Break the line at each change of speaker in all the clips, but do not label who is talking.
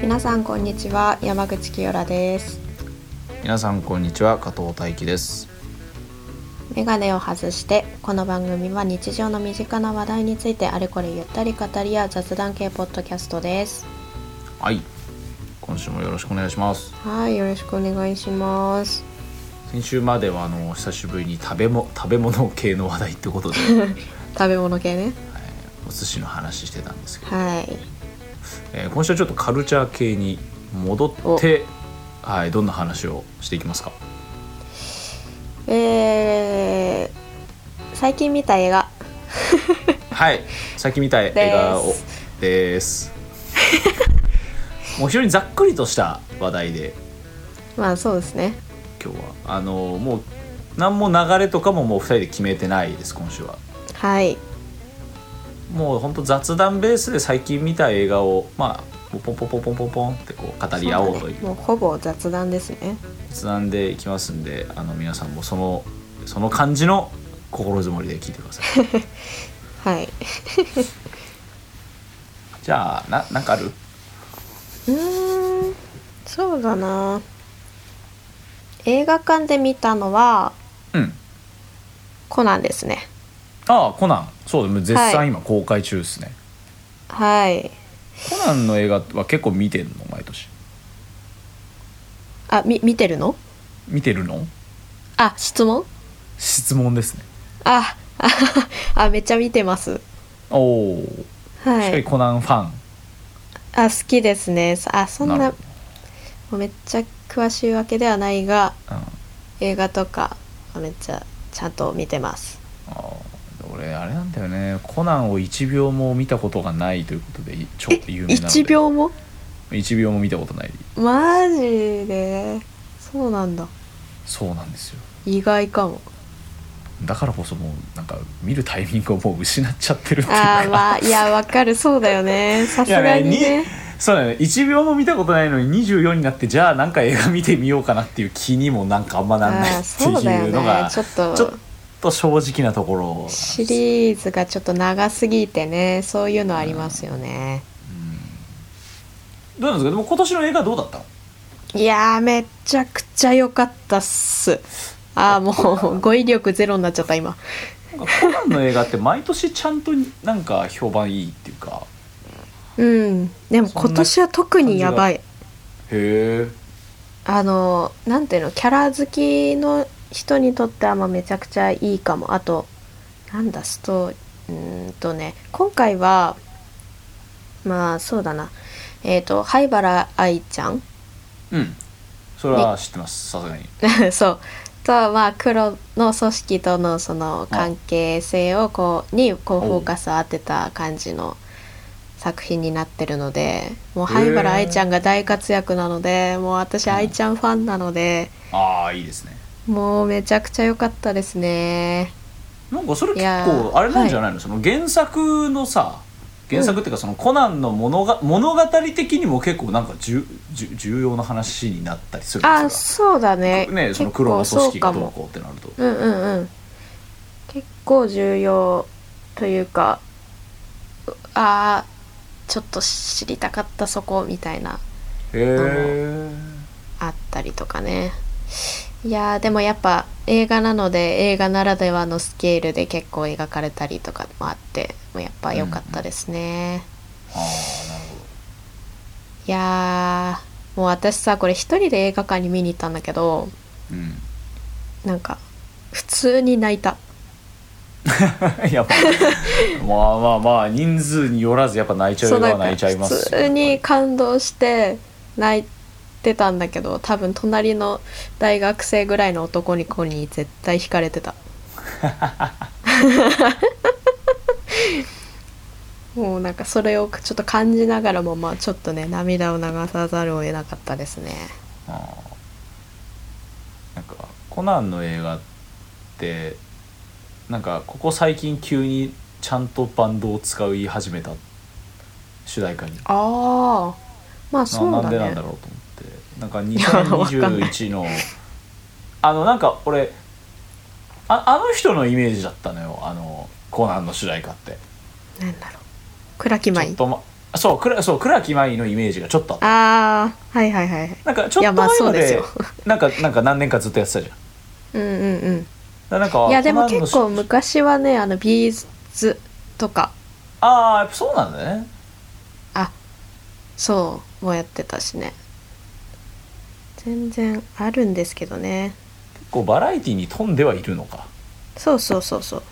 皆さんこんにちは山口清良です
皆さんこんにちは加藤大輝です
メガネを外してこの番組は日常の身近な話題についてあれこれゆったり語りや雑談系ポッドキャストです
はい今週もよろしくお願いします
はいよろしくお願いします
先週まではあの久しぶりに食べも食べ物系の話題ってことで
食べ物系ね
お寿司の話してたんですけど、
はい
えー今週はちょっとカルチャー系に戻ってはいどんな話をしていきますか
えー、最近見た映画
はい先見た映画をですもう非常にざっくりとした話題で
まあそうですね
今日はあのもう何も流れとかももう2人で決めてないです今週は
はい
もうほんと雑談ベースで最近見た映画をまあポンポンポンポンポンポンってこう語り合おうとい
そうだねも
う
うほぼ雑談ですね
雑談でいきますんであの皆さんもそのその感じの心づもりで聞いてくださ い
はい
じゃあななんかある
うーんそうだな映画館で見たのは
うん
コナンですね
ああコナンそうだもう絶
は
賛
い
今公開中ですね、
はい
コナンの映画は結構見てるの毎年
あみ見てるの
見てるの
あ質問
質問ですね
あ ああめっちゃ見てます
おお、
は
しっかり
い
コナンファン
あ好きですねあそんな
なる
もう
ほ
めっちゃ詳しいわけではないが
ど、うん
映画とかはめっちゃちゃんと見てます
あー俺あれなんだよねコナンを1秒も見たことがないということでいちょっと有名なので
1秒も
1秒も見たことない
マジでそうなんだ
そうなんですよ
意外かも
だからこそもうなんか見るタイミングをもう失っちゃってるっていう
あー
か、
まあいやわかるそうだよねさすがに
いや
ね
ねそうだね1秒も見たことないのに24になってじゃあなんか映画見てみようかなっていう気にもなんかあんまなんない
あー
って
そうだよ
いうの
ね
が
ちょっと
ちょっと正直なところなんです
シリーズがちょっと長すぎてねそういうのありますよね、
どうなんですかでも今年の映画どうだったの
いやーめちゃくちゃ良かったっすあーもう語彙力ゼロになっちゃった今
なんかコナンの映画って毎年ちゃんとなんか評判いいっていうか
うんでも
そんな
今年は特にやばい
へえ
あのなんていうのキャラ好きの人にとってはまあめちゃくちゃいいかもあとなんだストうーんとね今回はまあそうだなえっ、と灰原愛ちゃん
うんそれは知ってますさすが に
そうとまあ黒の組織とのその関係性をこうにこう
おう
フォーカス当てた感じの作品になってるのでもう
へー
灰原愛ちゃんが大活躍なのでもう私愛ちゃんファンなので。
ああいいですね
もうめちゃくちゃ良かったですね。
なんかそれ
い
結
や
構
ー
あれなんじゃないの、その原作のさ原作っていうかそのコナンの物が物語的にも結構なんか重重重要な話になったりするん
あ、
です
そうだね。
かねその
結構
黒の組織が
そうか
どう
も。
こうってなると
うんうんうん。結構重要というか、うあーちょっと知りたかったそこみたいな
へえ
あったりとかね。いやーでもやっぱ映画なので映画ならではのスケールで結構描かれたりとかもあってもうやっぱ良かったですね。
ああなる
いやーもう私さこれ一人で映画館に見に行ったんだけどなんか普通に泣いた
ほどうん やっぱまあまあまあ人数によらずやっぱ泣いちゃう
そう
よ
な
は
んか
泣いちゃいますよ
普通に感動して泣いてたんだけど多分隣の大学生ぐらいの男の子に絶対惹かれてたもうなんかそれをちょっと感じながらもまあちょっとね涙を流さざるを得なかったですね
あーなんかコナンの映画ってなんかここ最近急にちゃんとバンドを使い始めた主題歌に
ああまあそう
な
だね
なんでなんだろうと思って
いやわかんない
なんか2021のあのなんか俺ああの人のイメージだったのよあのコナンの主題歌って
なんだろう。クラキ
ち
マ
ょ
イ
っ
ン。
と、ま、そうくらそう倉木舞のイメージがちょっとあった
ああはいはいはいはい
なんかちょ
い
っと
やまあ
前ま
そうです
で
よ
なんかなんか何年かずっとやってたじゃんだか
うんうんうん
らなんか
いやでも
コナンの
結構昔はねあのビーズとか
ああやっぱそうなんだね
あそうもやってたしね全然あるんですけどね
結構バラエティに富んではいるのか
そうそうそうそう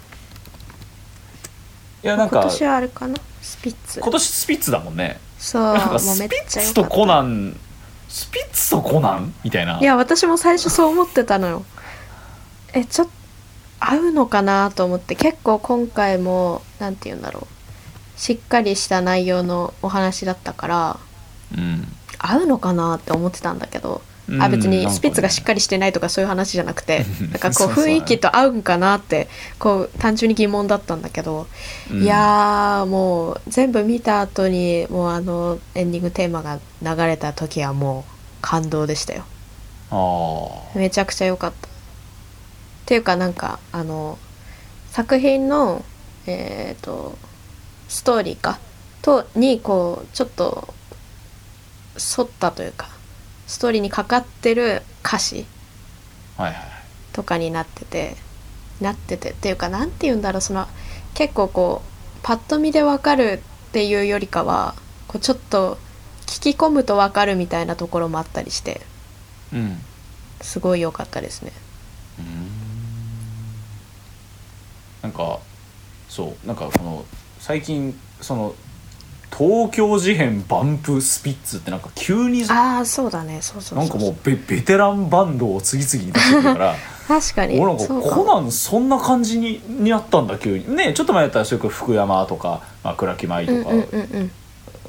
いやなんか
今年はあれかなスピッツ
今年スピッツだもんね
そう
なんか
もう
ス
めっ
ピッ
ちゃ
ツ
良
と
か
コ
っ
ナンスピッツとコナンみたいな
たいや私も最初そう思ってたのよえちょっと合うのかなと思って結構今回もなんて言うんだろうしっかりした内容のお話だったから
うん
合うのかなって思ってたんだけど、
う
あ
ん
別
なん
に
かね
スピッツがしっかりしてないとかそういう話じゃなくてなんかこう
そうそう
雰囲気と合うんかなってこう単純に疑問だったんだけど、
うん
いやーもう全部見た後にもうあのエンディングテーマが流れた時はもう感動でしたよ
ああ
めちゃくちゃ良かったっていうかなんかあの作品のえっ、とストーリーかとにこうちょっと沿ったというかストーリーにかかってる歌詞
はいはいはい
とかになっててなっててっていうかなんて言うんだろうその結構こうパッと見でわかるっていうよりかはこうちょっと聞き込むとわかるみたいなところもあったりして
うんうん
すごい良かったですね。
なんかそうなんかこの最近その東京事変バンプスピッツってなんか急にな
ああそうだねそうそうそ
ん
そ
かもうベベテランバンドを次々に出してくるから
確かに
俺なんか
そう
コ
も
ナンそんな感じにになったんだ急にねちょっと前だったらそれこそ福山とか、まあ、倉木舞
うん
とか、
うんうん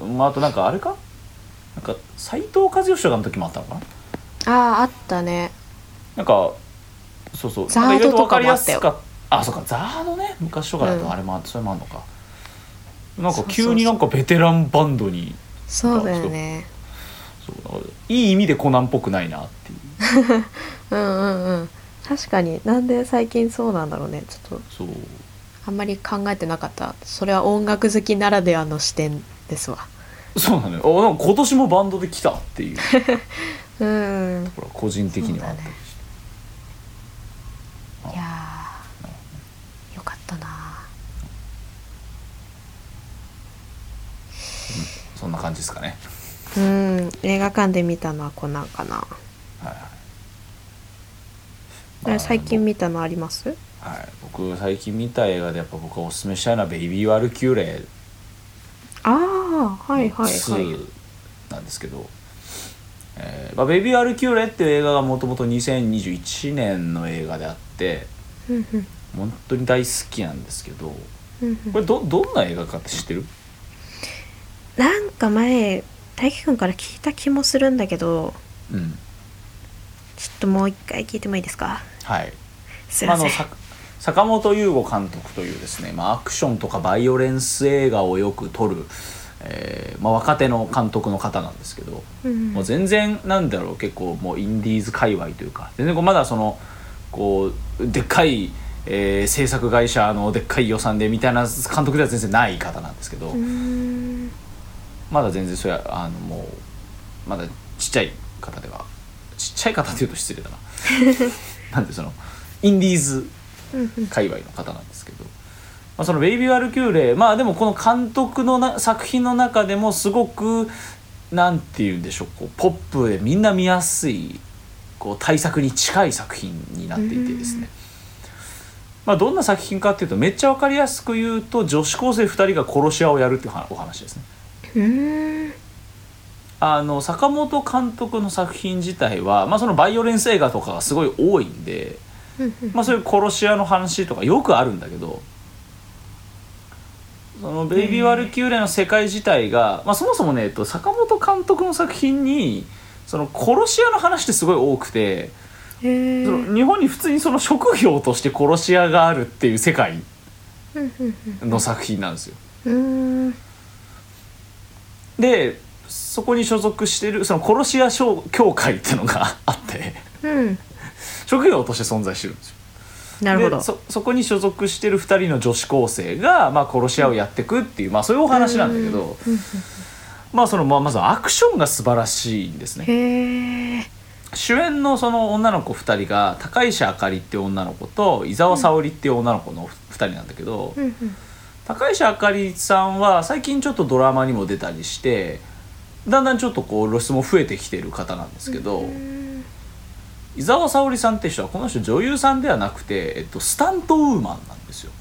うん
まあ、あとなんかあれかなんか斎藤和義とかの時もあったのかな
あああったね
なんかそうそう
ザード
なんか意外
とかもあったよ
わかりやすかあそうかザードね昔とかだ
う
と
ん
あれもあそれもあるのかなん
そうそうそ
か
う
急になんかベテランバンドに
そうだよね
そうだからいい意味でコナンっぽくないなっていう
うんうんうん確かになんで最近そうなんだろうねちょっと
そう
あんまり考えてなかったそれは音楽好きならではの視点ですわ
そうなのよあなんか今年もバンドで来たっ ていう
うん
ほら個人的にはあったりして
いやーよかったな
そんな感じですかね
うん映画館で見たのはコナンかな
はいはい
これ最近
ま
見たのあります
あはい、僕最近見た映画でやっぱ僕がおすすめしたいのは「ベイビー・ワルキューレ」
ああはいはいはい
2なんですけど、えーまあ、ベイビー・アルキューレっていう映画がもともと2021年の映画であって
うんうん
本当に大好きなんですけど
うんうん
これどどんな映画かって知ってる
なんか前大輝くんから聞いた気もするんだけど
うん
ちょっともう一回聞いてもいいですか
はい
すい
まあ
ま
あ
せん
のさ坂本優吾監督というですね、まあ、アクションとかバイオレンス映画をよく撮る、えーまあ、若手の監督の方なんですけど、
うん
もう全然なんだろう結構もうインディーズ界隈というか全然こうまだそのこうでっかい、えー制作会社のでっかい予算でみたいな監督では全然ない方なんですけど、
うーん
まだ全然それはあのもうまだちっちゃい方ではちっちゃい方っていうと失礼だななんでそのインディーズ
うんうん
界隈の方なんですけど、まあ、その「ベイビー・ワルキューレ」まあでもこの監督のな作品の中でもすごくなんて言うんでしょうこうポップでみんな見やすいこう対策に近い作品になっていてですね、まあ、どんな作品かっていうとめっちゃ分かりやすく言うと女子高生2人が殺し屋をやるっていうはお話ですね。
うーん
あの坂本監督の作品自体は、まあ、そのバイオレンス映画とかがすごい多いんで、
うんうん
まあ、そういう殺し屋の話とかよくあるんだけどその「ベイビー・ワルキューレ」の世界自体が、まあ、そもそもね、えっと、坂本監督の作品にその殺し屋の話ってすごい多くて、
へえ
その日本に普通にその職業として殺し屋があるっていう世界
うんうん
の作品なんですよ。
うんうーん
でそこに所属してるその殺し屋商協会っていうのがあって
うん
職業として存在してるんですよ。
なるほど
でそそこに所属してる2人の女子高生が、まあ、殺し屋をやってくっていう、まあ、そういうお話なんだけど、
うん
まあそのまあまずアクションが素晴らしいんですね
へえ
主演のその女の子2人が高石あかりっていう女の子と伊沢沙織っていう女の子の2人なんだけど、
うんうん
高石あかりさんは最近ちょっとドラマにも出たりしてだんだんちょっとこう露出も増えてきてる方なんですけど、
うん
伊沢沙織さんって人はこの人女優さんではなくて、えっと、スタントウーマンなんですよ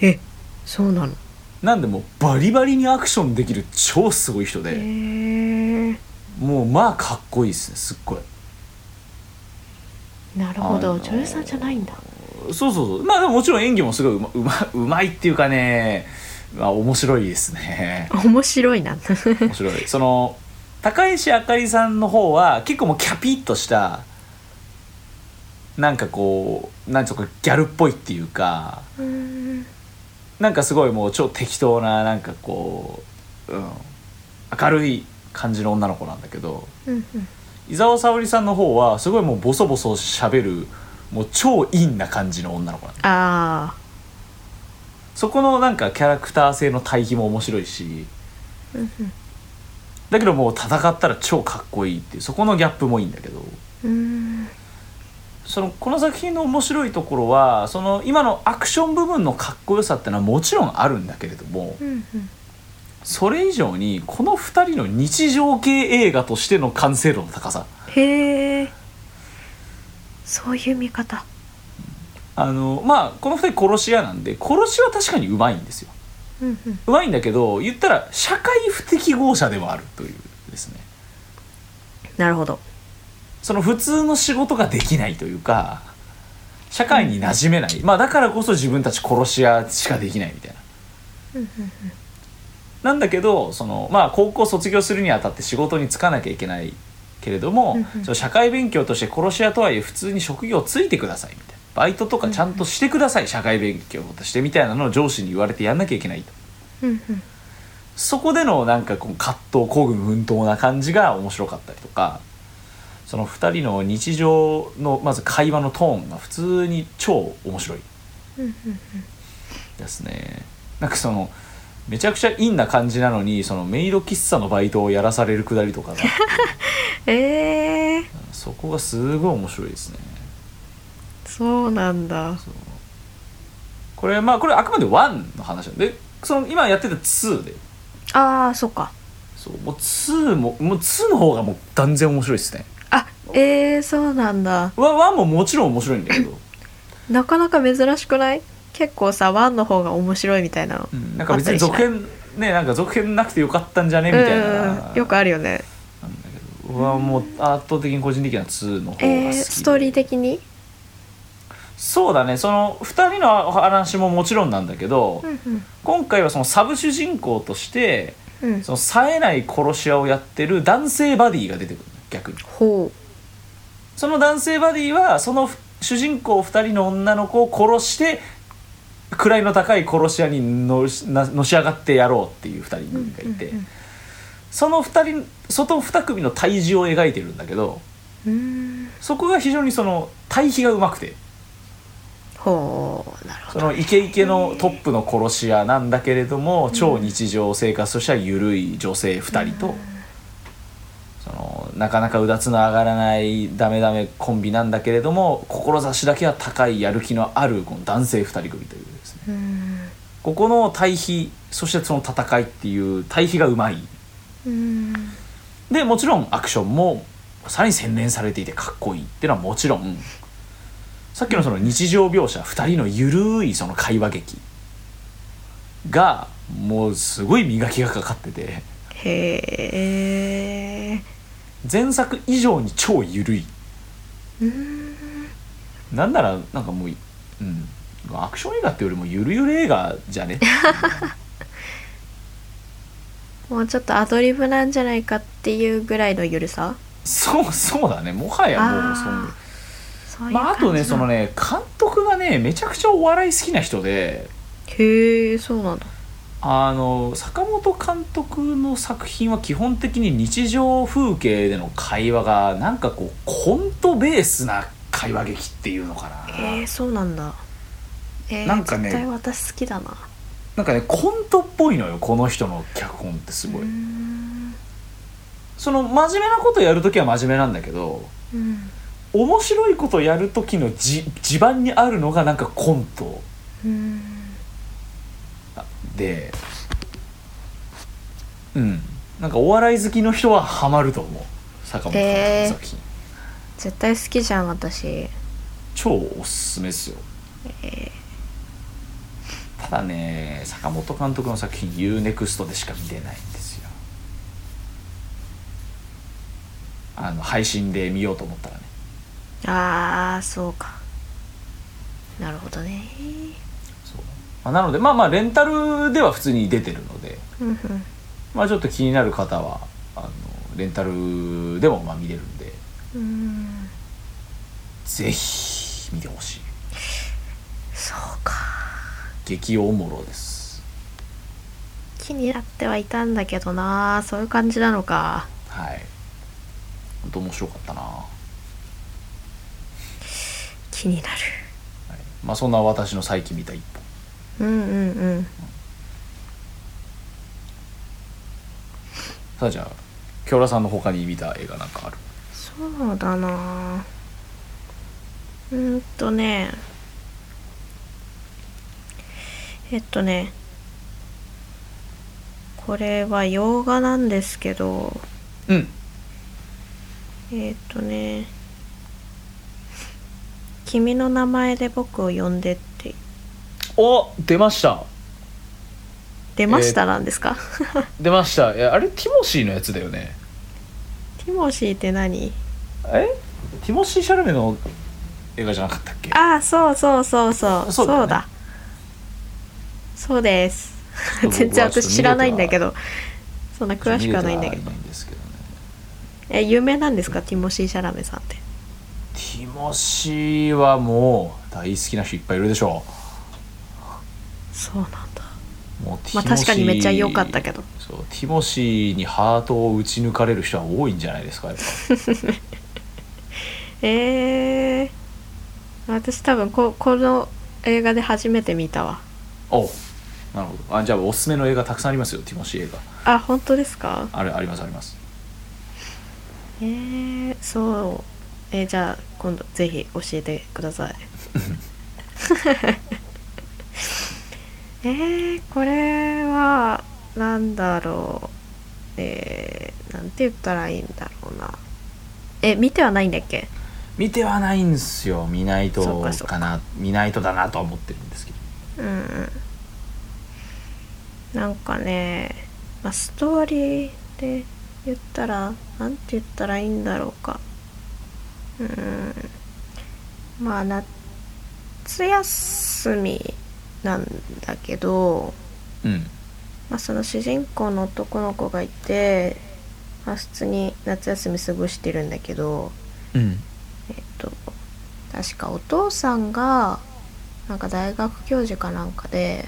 えそうなの
なんでもうバリバリにアクションできる超すごい人
へ
で、
え
もうまあかっこいいですねすっごい
なるほ
あ
ど
のー
女優さんじゃないんだ
そうそうそうまあでももちろん演技もすごいうまうまうまいっていうかね、まあ、面白いですね
面白いな
面白いその高石あかりさんの方は結構もうキャピッとしたなんかこうなんつうかギャルっぽいっていうか
うん
なんかすごいもう超適当ななんかこう、うん、明るい感じの女の子なんだけど
うん
伊沢沙織さんの方はすごいもうボソボソ喋るもう超インな感じの女の子なんだ
あ
そこのなんかキャラクター性の対比も面白いし
あうん
だけどもう戦ったら超かっこいいっていうそこのギャップもいいんだけど。
うん
そのこの作品の面白いところはその今のアクション部分のかっこよさってのはもちろんあるんだけれども
うんうん
それ以上にこの2人の日常系映画としての完成度の高さ
へえそういう見方
あのまあこの2人殺し屋なんで殺しは確かにうまいんですよ
うんうん
うまいんだけど言ったら社会不適合者でもあるというですね
なるほど
その普通の仕事ができないというか社会に馴染めない、まあだからこそ自分たち殺し屋しかできないみたいな
うんうん
なんだけどその、まあ、高校卒業するにあたって仕事に就かなきゃいけないけれど
う
も、
んうん
その社会勉強として殺し屋とはいえ普通に職業ついてくださいみたいなバイトとかちゃんとしてください、社会勉強としてみたいなのを上司に言われてやんなきゃいけないと
うんうん
そこでのなんかこう葛藤抗軍奮闘な感じが面白かったりとかその2人の日常のまず会話のトーンが普通に超面白い
うん
ですねなんかそのめちゃくちゃインな感じなのにそのメイド喫茶のバイトをやらされるくだりとかが
ええ
そこがすごい面白いですね
そうなんだ
そうこれまあこれあくまで1の話なんでその今やってた2で
ああそっか
そうもう2ももう2の方がもう断然面白いですね
あえー、そうなんだ
1, 1ももちろん面白いんだけど、
なかなか珍しくない結構さワンの方が面白いみたいなの
うんなんか別に続編ねなんか続編なくてよかったんじゃねみ
うん
たいな
うんよくあるよね
なんだけどうわもう圧倒的に個人的な2の方が好きで、
えー、ストーリー的に
そうだねその2人のお話ももちろんなんだけど、
うん
今回はそのサブ主人公として
うんうん
その冴えない殺し屋をやってる男性バディが出てくるの逆に
ほ
その男性バディはそのふ主人公2人の女の子を殺して位の高い殺し屋にのしなのし上がってやろうっていう2人
う
組がいて、
うん
その2人外2組の対峙を描いてるんだけど
うんうんうーん
そこが非常にその対比がうまくて
ほうなるほ
そ
ど
のイケイケのトップの殺し屋なんだけれども超日常生活としては緩い女性2人とそのなかなかうだつの上がらないダメダメコンビなんだけれども志だけは高いやる気のあるこの男性2人組というですね
うん
ここの対比そしてその戦いっていう対比がうまい
うん
でもちろんアクションもさらに洗練されていてかっこいいっていうのはもちろんさっきのその日常描写2人のゆるいその会話劇がもうすごい磨きがかかってて
へえ
前作以上に超ゆるい
うん
なんならなんかもう、うん、アクション映画っていうよりもゆるゆる映画じゃ ね
もうちょっとアドリブなんじゃないかっていうぐらいのゆるさ
そうそうだねもはやもうそ
あ
の
そういう感じ
まああとねその
ね
ね監督がねめちゃくちゃお笑い好きな人で
へえそうなんだ
あの坂本監督の作品は基本的に日常風景での会話がなんかこうコントベースな会話劇っていうのかな、
えー、そうなんだえー、
なんかね
絶対私好きだな
なんかねコントっぽいのよこの人の脚本ってすごいう
ーん
その真面目なことやるときは真面目なんだけど
うん
面白いことやるときのじ地盤にあるのがなんかコント
うん
でうんなんかお笑い好きの人はハマると思う坂本監督の作品、
絶対好きじゃん私
超おすすめですよ、ただね坂本監督の作品 UNEXT でしか見れないんですよあの配信で見ようと思ったらね
ああそうかなるほどね
そう、まあなのでまあまあレンタルでは普通に出てるので
うんうん
まあちょっと気になる方はあのレンタルでもまあ見れるんで
うん
ぜひ見てほしい
そうか
激おもろです
気になってはいたんだけどなそういう感じなのか
はい本当面白かったな、は
気になる
い、まあそんな私の最近見た一本
うんうんうん
さあじゃあ京良さんの他に見た映画なんかある
そうだなうーんとねえっとねこれは洋画なんですけど
うん
えっとね「君の名前で僕を呼んで」って
お出ました
出ましたなんですか、
出ましたえあれティモシーのやつだよね
ティモシーって何
えティモシー・シャルメの映画じゃなかったっけ
ああそうそうそうそう
そ
そうう
だ
だ,、
よね
そうです
ちょっと僕は
全然私知らないんだけ
ち
どそんな詳しくはないんだけ
見れて
ど
ないんですけどね
え有名なんですかティモシー・シャラメさんって
ティモシーはもう大好きな人いっぱいいるでしょ
そうなんだ
うもうティ
ま
モ
あ
シ
確
ー
かにめっちゃ良かったけど
そうティモシーにハートを打ち抜かれる人は多いんじゃないですかやっぱ
えー、私多分ここの映画で初めて見たわ
おうなるほどあじゃあおすすめの映画たくさんありますよティモシー映画
あ本当ですか
あれありますあります
えー、そうえーじゃあ今度ぜひ教えてくださいえー、これはなんだろうえー、なんて言ったらいいんだろうなえ見てはないんだっけ
見てはないんですよ見ないと
そうかそう
かな見ないとだなとは思ってるんですけど
うんうんなんかね、まあ、ストーリーで言ったらなんて言ったらいいんだろうかうんまあ夏休みなんだけど、
うん
まあ、その主人公の男の子がいて、まあ、普通に夏休み過ごしてるんだけど
うん
えっと確かお父さんがなんか大学教授かなんかで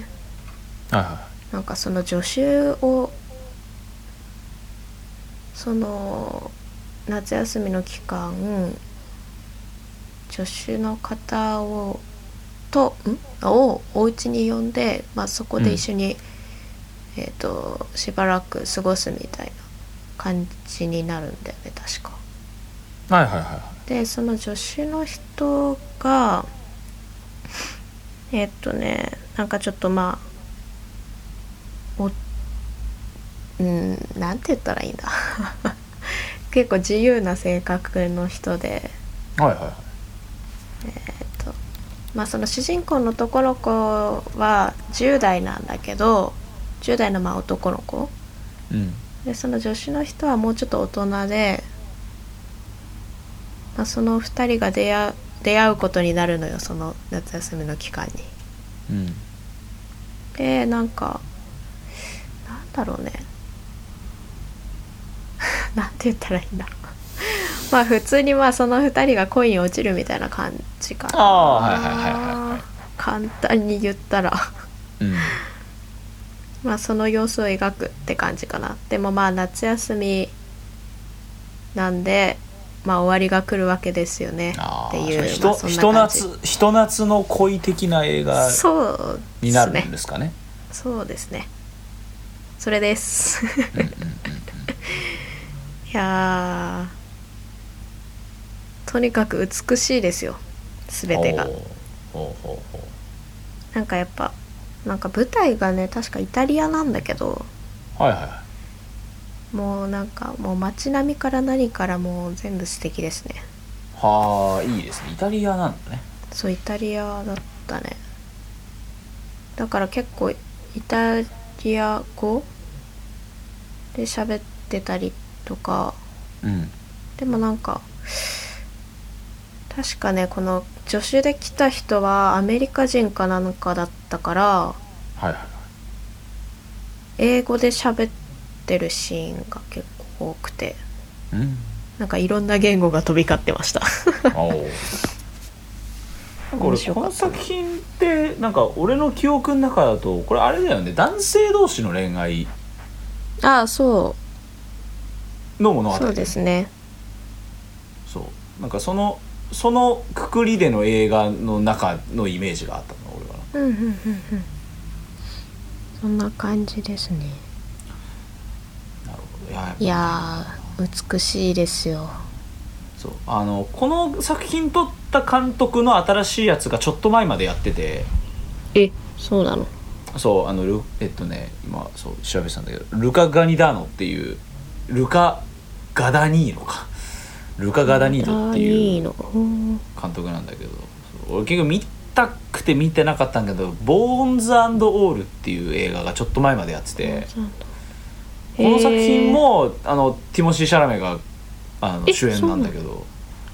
はいは
なんかその助手をその夏休みの期間助手の方をとんをお家に呼んで、まあ、そこで一緒に、えっ、としばらく過ごすみたいな感じになるんだよね確か。
いはいはいはいは
でその助手の人がえっとねなんかちょっとまあおうんなんて言ったらいいんだ 結構自由な性格の人で、
いはいはいはい
えっとまあ、その主人公の男の子は10代なんだけど10代のまあ男の子
うん
でその助手の人はもうちょっと大人で、まあ、その2人が出会う出会うことになるのよその夏休みの期間に。
うん
でなんかなんだろうね なんて言ったらいいんだろう まあ普通にまあその2人が恋に落ちるみたいな感じかな
あーはいはいはいはいはい
簡単に言ったら
うん
まあその様子を描くって感じかなでもまあ夏休みなんでまあ終わりが来るわけですよね
あ
っていう
あひ
まあ
と
そん
ひと
な感じ
夏ひと夏の恋的な映画
そうで
にな
す
るん
ね
ですかね
そうですねそれです
うんうんうんうん
やーとにかく美しいですよ全てが
ほうほうほうほ
なんかやっぱなんか舞台がね確かイタリアなんだけど
うはいはいはい
もうなんかもう街並みから何からもう全部素敵ですね
はあいいですねイタリアなんだね
そうイタリアだったねだから結構イタリア語で喋ってたりとか
うん
でもなんか確かねこの助手で来た人はアメリカ人かなんかだったから
はいはいはい
英語で喋ってるシーンが結構多くて
うん
なんかいろんな言語が飛び交ってました
おおこ
面
れ
白
こ
か
の
った
作品ってなんか俺の記憶の中だとこれあれだよね男性同士の恋愛
ああそ
の物
う
語
そうですね
そうなんかそのそのくくりでの映画の中のイメージがあったの俺は
うんうんうんうんそんな感じですね
なるほどいややっぱ
いやー美しいですよ
そうあのこの作品撮った監督の新しいやつがちょっと前までやってて
えそうなの
そうあのルえっとね今そう調べてたんだけどルカ・ガニダーノっていうルカ・ガダニーノかルカ・ガダニーノって
い
い
いうのうん
監督なんだけどそう俺結局見たくて見てなかったんだけど「ボーンズオール」っていう映画がちょっと前までやってて
そうなんだ
この作品もあのティモシー・シャラメがあの
え
主演なんだけど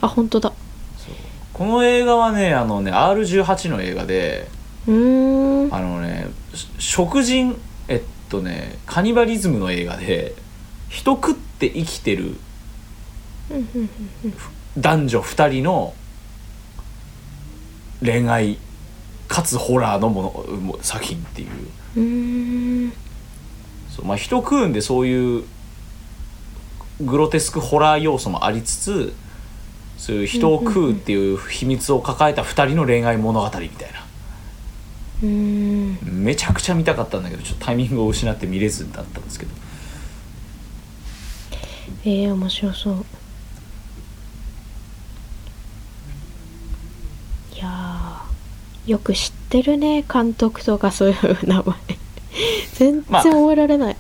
あ本当だ
そうこの映画はねあのね R18 の映画で
うーん
あのねし食人えっとねカニバリズムの映画で人食って生きてる男女2人の恋愛かつホラーのものも作品っていう
うーん
そう、まあ、人食うんでそういうグロテスクホラー要素もありつつそういう人を食うっていう秘密を抱えた2人の恋愛物語みたいな。
うーん
めちゃくちゃ見たかったんだけどちょっとタイミングを失って見れずだったんですけど
えー、面白そういやーよく知ってるね監督とかそういう名前全然
まあ
覚えられない、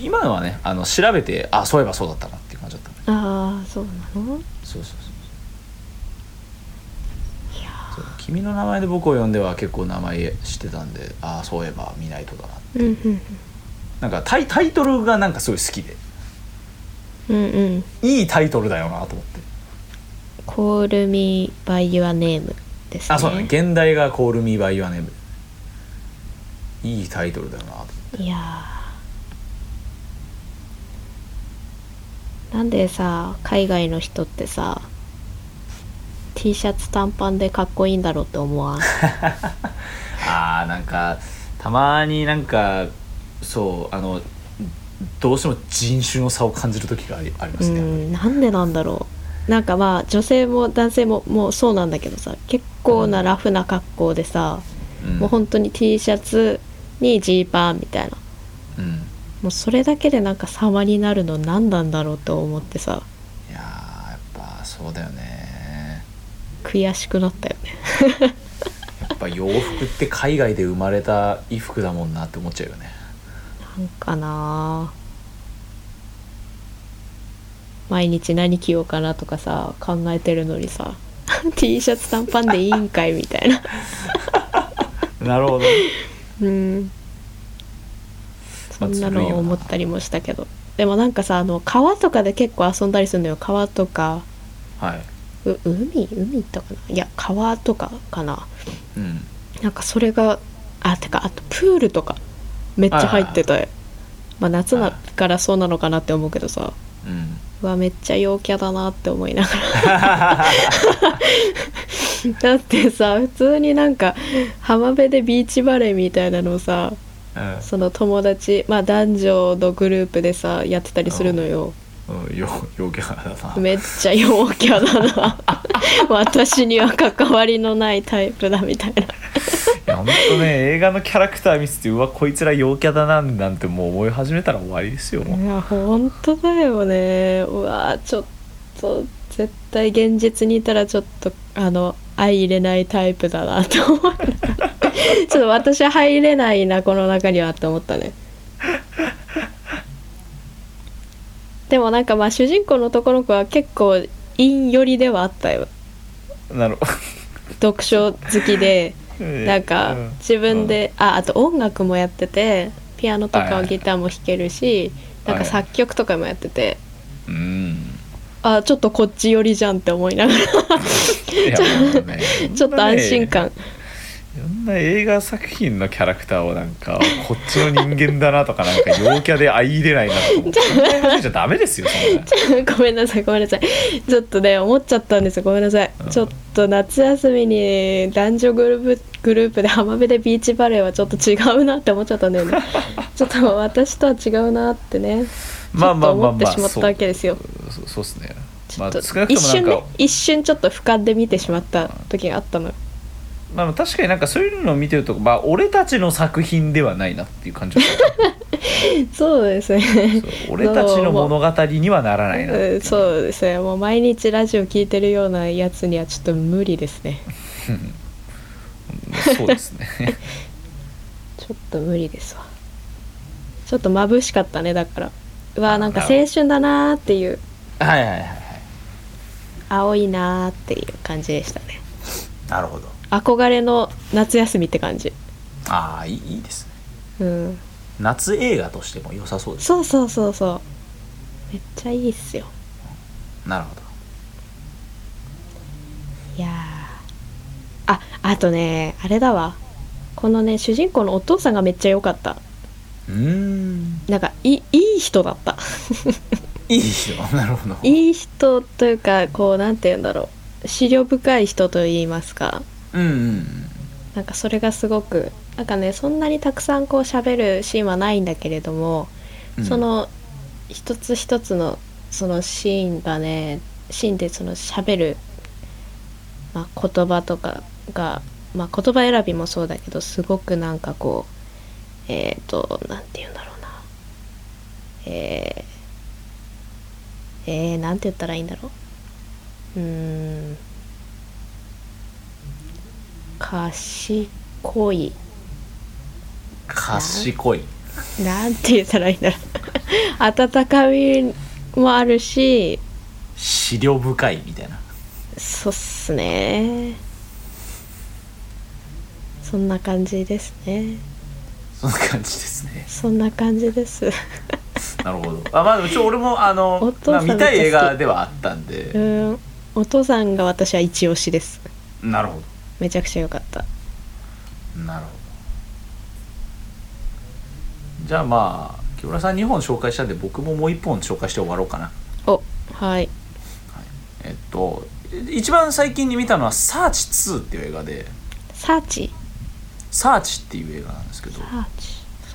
今のはねあの調べてあそういえばそうだったなっていう感じだったね
ああそうなの
そうそうそう
いや
そう君の名前で僕を呼んでは結構名前知ってたんであそういえば見ないとだな
ーうんうん
なんかタイタイトルがなんかすごい好きで
うんうん
いいタイトルだよなと思って
「Call Me by Your Name」ですね
あそうだね現代が「コール・ミー・バイ・ユア・ネーム」いいタイトルだよなと思って
いやーなんでさ海外の人ってさ T シャツ短パンでかっこいいんだろうって思わん
あーなんかたまになんかそうあのどうしても人種の差を感じる時がありありま
う
すね、
んなんでなんだろうなんかまあ女性も男性ももうそうなんだけどさ結構なラフな格好でさ、
うん
もう本当に T シャツにジーパンみたいな
うん
もうそれだけでなんか様になるの何なんだろうと思ってさ
いやーやっぱそうだよね
悔しくなったよね
やっぱ洋服って海外で生まれた衣服だもんなって思っちゃうよね
なんかなあ毎日何着ようかなとかさ考えてるのにさ T シャツ短パンでいいんかいみたいな
なるほど
うんそ
まあ
んな
ずるい
の
よな
を思ったりもしたけどでもなんかさあの川とかで結構遊んだりするのよ川とか
はい、
う海海行ったかないや川とかかな
うん、
なんかそれがあてかあとプールとかめっちゃ入ってたよまあ夏だからそうなのかなって思うけどさ
うん
うわめっちゃ陽キャだなって思いながら だってさ普通になんか浜辺でビーチバレーみたいなのをさ
うん
その友達まあ男女のグループでさやってたりするのよ
うん、よ陽キャだな
めっちゃ陽キャだな私には関わりのないタイプだみたいない
や本当ね映画のキャラクター見せてうわこいつら陽キャだななんてもう思い始めたら終わりですよもう
いや本当だよねうわちょっと絶対現実にいたらちょっとあの相入れないタイプだなと思った ちょっと私は入れないなこの中にはって思ったねでもなんかまあ主人公の男の子は結構陰寄りではあったよ
なるほど
読書好きでなんか
うん
自分で、ああと音楽もやっててピアノと
はいはい
か
はい
ギターも弾けるし、なんか
はいはい
作曲とかもやってて、
うん
あちょっとこっち寄りじゃんって思いな がら
いやもうね
ちょっと安心感、
いろんな映画作品のキャラクターをなんかこっちの人間だなとかなんか陽キャで相入れないなとか思って考え始めちゃダメですよそん な
ごめんなさいごめんなさいちょっとね思っちゃったんですよごめんなさい、
うん
ちょっと夏休みに男女グループグループで浜辺でビーチバレーはちょっと違うなって思っちゃったんだよ ねちょっと私とは違うなってねち
ま
ょ
あ
っ
ま
と
あまあ
思って
まあ
しまった
そ
わ
う
けですよ、
そうそうっすね
ち
ま
ょっ
あ
と
少なく
一
ともなん
瞬
か
ね一瞬ちょっと俯瞰で見てしまった時があったのよ
まあ、確かになんかそういうのを見てるとまあ俺たちの作品ではないなっていう感じは
そうですね
そう俺たちの物語にはならないなってい
うんそうですねもう毎日ラジオ聞いてるようなやつにはちょっと無理ですね
そうですね
ちょっと無理ですわちょっと眩しかったねだからうわなんか
なるほど
青春だなーっていう
はいはいはいはい
青いなーっていう感じでしたね
なるほど
憧れの夏休みって感じ
ああいいいいです
う
ね
ん
夏映画としても良さそうです
そうそうそうそうめっちゃいいっすよ
なるほど
いやーああとねあれだわこのね主人公のお父さんがめっちゃ良かった
うーん
なんかいいい人だった
いいですよ なるほど
いい人というかこうなんて言うんだろう思慮深い人といいますか
うんうんうん
なんかそれがすごくなんかねそんなにたくさんこう喋るシーンはないんだけれども、
うん
その一つ一つのそのシーンがねシーンでその喋る、まあ、言葉とかが、まあ、言葉選びもそうだけどすごくなんかこうえっ、となんて言うんだろうなえー、えー、なんて言ったらいいんだろううーん賢い
賢い
なんて言ったらいいんだろう 温かみもあるし
資料深いみたいな
そうっすねそんな感じですね
そんな感じですね
そんな感じです
なるほどあまあでもちょ俺もあ
お
の、
父さ
まあ、
んめっ
見
ちゃ好き
たい映画ではあったん
う
で、
んお父さんが私は一押しです
なるほ
めちゃくちゃ良かった
どなるほどじゃあまあ木村さん2本紹介したんで僕ももう1本紹介して終わろうかな
おはい
えっと一番最近に見たのは「サーチ2」っていう映画で
サーチ
「サーチ」っていう映画なんですけど
サーチ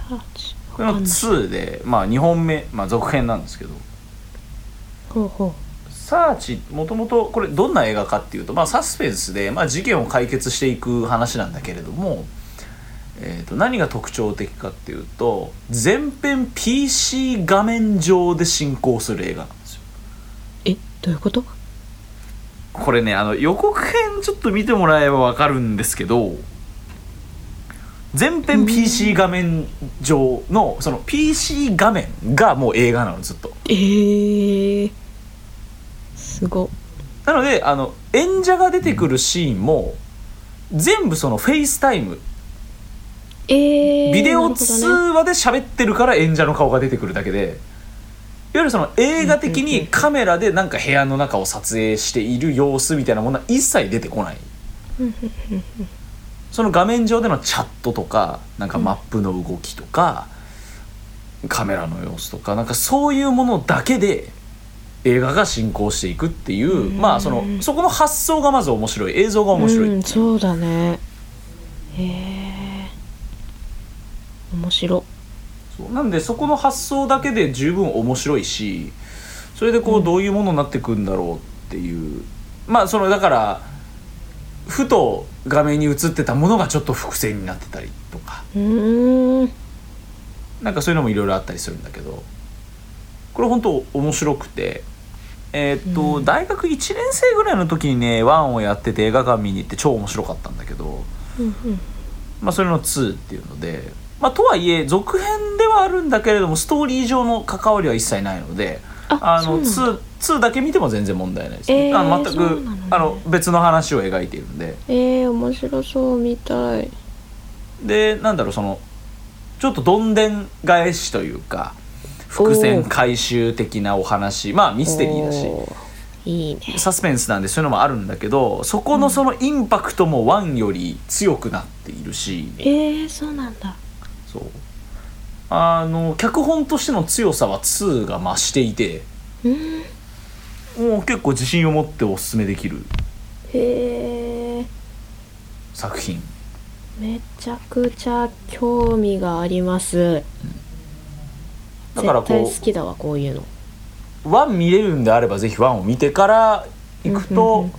サーチ
これの
わかんない
2で、まあ、2本目、まあ、続編なんですけど
ほうほ
サーチもともとこれどんな映画かっていうと、まあ、サスペンスで、まあ、事件を解決していく話なんだけれども、えー、と何が特徴的かっていうと全編 PC 画面上で進行する映画なんですよ
うえどういうこと
これねあの予告編ちょっと見てもらえばわかるんですけど全編 PC 画面上のその PC 画面がもう映画なのずっと
えー、すご
なのであの演者が出てくるシーンも全部そのフェイスタイム
えー、
ビデ
な
オ
るほどね
通話で喋ってるから演者の顔が出てくるだけでいわゆるその映画的にカメラでなんか部屋の中を撮影している様子みたいなものは一切出てこないその画面上でのチャットとかなんかマップの動きとかカメラの様子とかなんかそういうものだけで映画が進行していくっていう
うん
まあそのそこの発想がまず面白い映像が面白い
うん、そうだねへえ面白
そうなんでそこの発想だけで十分面白いしそれでこ
う
うんどういうものになってくんだろうっていう、まあそのだからふと画面に映ってたものがちょっと伏線になってたりとか
うーん
なんかそういうのもいろいろあったりするんだけどこれ本当面白くてえーっと、
うん
大学1年生ぐらいの時にね「ワンをやってて映画館見に行って超面白かったんだけど、
うんうん
まあ、それの2っていうので、まあ、とはいえ続編ではあるんだけれどもストーリー上の関わりは一切ないので。
あ
あの
そうなんだ
2, 2だけ見ても全然問題ないです、
えー
あの全
そうな
く、
のね
あの別の話を描いているんで
えー、面白そう見たい
でなんだろうそのちょっとどんでん返しというか伏線回収的なお話まあミステリーだし
おーいいね
サスペンスなんでそういうのもあるんだけどそこのそのインパクトも1より強くなっているし、
えー、そうなんだ
そうあの脚本としての強さは2が増していて
うーん
もう結構自信を持っておすすめできる
へえ
作品
めちゃくちゃ興味があります
だからこう
絶対好きだわこういうの
1見れるんであればぜひ1を見てから
う
行く
んうんう
と
ん、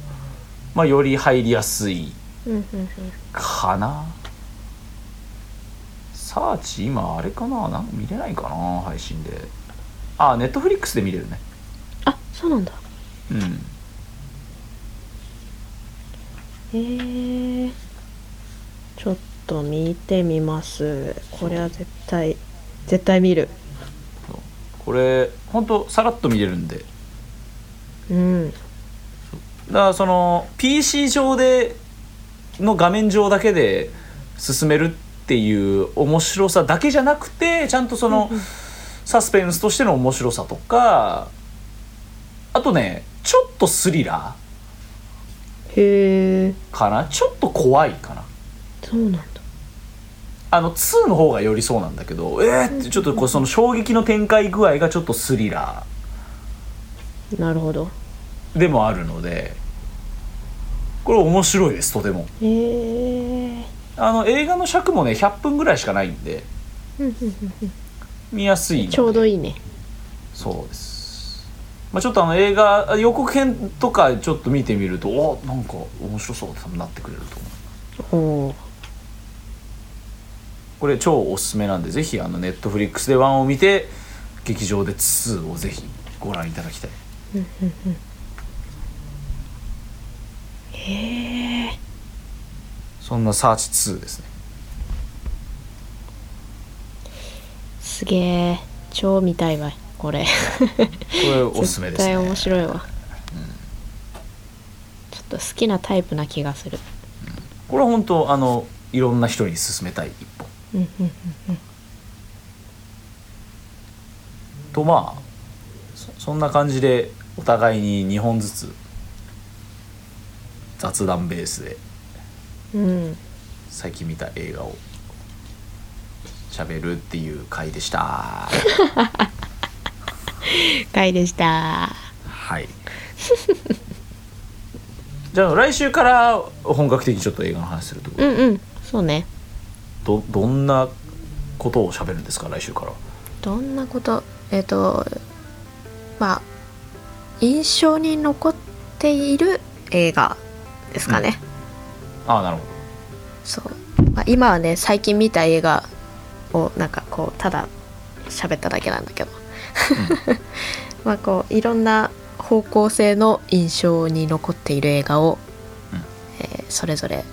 まあ、より入りやすい
うんうんうん
かなサーチ今あれかななんか見れないかな配信であネットフリックスで見れるね
あそうなんだ
うん
へえちょっと見てみますこれは絶対絶対見る
そうこれほんとさらっと見れるんでだか
うん
らその PC 上での画面上だけで進めるっていう面白さだけじゃなくてちゃんとその
うんうん
サスペンスとしての面白さとかあとねちょっとスリラ
へえ
ーかなちょっと怖いかな
そうなんだ
あの2の方がよりそうなんだけどえー、ってちょっとこうその衝撃の展開具合がちょっとスリラ
なるほど
ーでもあるのでこれ面白いですとても
へえ
あの映画の尺もね100分ぐらいしかないんで見やすいので
ちょうどいいね
そうです、まあ、ちょっとあの映画あ予告編とかちょっと見てみるとおなんか面白そうってなってくれると思う
おお
これ超おすすめなんでぜひあのネットフリックスで1を見て劇場で2をぜひご覧いただきたい
へえ
そんなサーチ2ですね
すげえ超見たいわこ れ
これおすすめで
絶
す、ね、
対面白いわ、ちょっと好きなタイプな気がする
これは本当あのいろんな人に勧めたい一本
うんうん
とまあそそんな感じでお互いに2本ずつ雑談ベースで
うんうん
最近見た映画を喋るっていう回でした。
回でした
はい じゃあ来週から本格的にちょっと映画の話するってこと
うんうんそうね
どどんなことを喋るんですか来週から
どんなことえっ、とまあ印象に残っている映画ですかね、
ああなるほ
そう、まあ、今はね最近見た映画をなんかこうただ喋っただけなんだけど まあこういろんな方向性の印象に残っている映画を、
うん
えーそれぞれ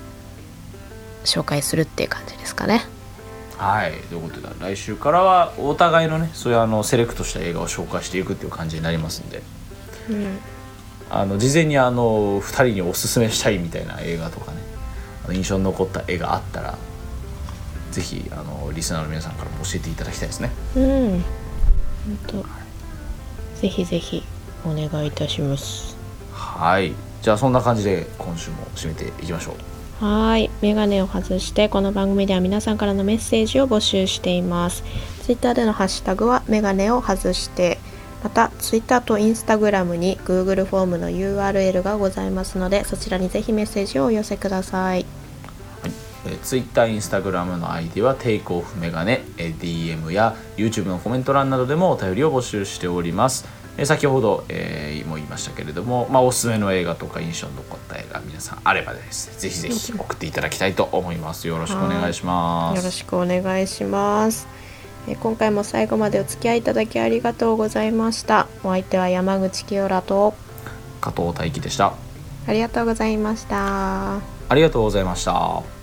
紹介するっていう感じですかね
どはいということで来週からはお互いのねそういうあのセレクトした映画を紹介していくっていう感じになりますんで
うん
あの事前にあの2人におすすめしたいみたいな映画とかねあの印象に残った絵があったらぜひあのリスナーの皆さんからも教えていただきたいですね
うん本当ぜひぜひお願いいたします
はいじゃあそんな感じで今週も締めていきましょう
はーい、メガネを外してこの番組では皆さんからのメッセージを募集しています。ツイッターでのハッシュタグはメガネを外して、またツイッターとインスタグラムに Google フォームの URL がございますので、そちらにぜひメッセージをお寄せください。
ええー、Twitter、Instagram の ID はテイクオフメガネ、えー DM や YouTube のコメント欄などでもお便りを募集しております。えー先ほど、えーも言いましたけれども、まあ、おすすめの映画とか印象に残った映画皆さんあればですねぜひぜひ送っていただきたいと思います。よろしくお願いしま
よろ
す。
しくお願いします。えー今回も最後までお付き合いいただきありがとうございました。お相手は山口清良と
加藤大輝でした。
ありがとうございました。
ありがとうございました。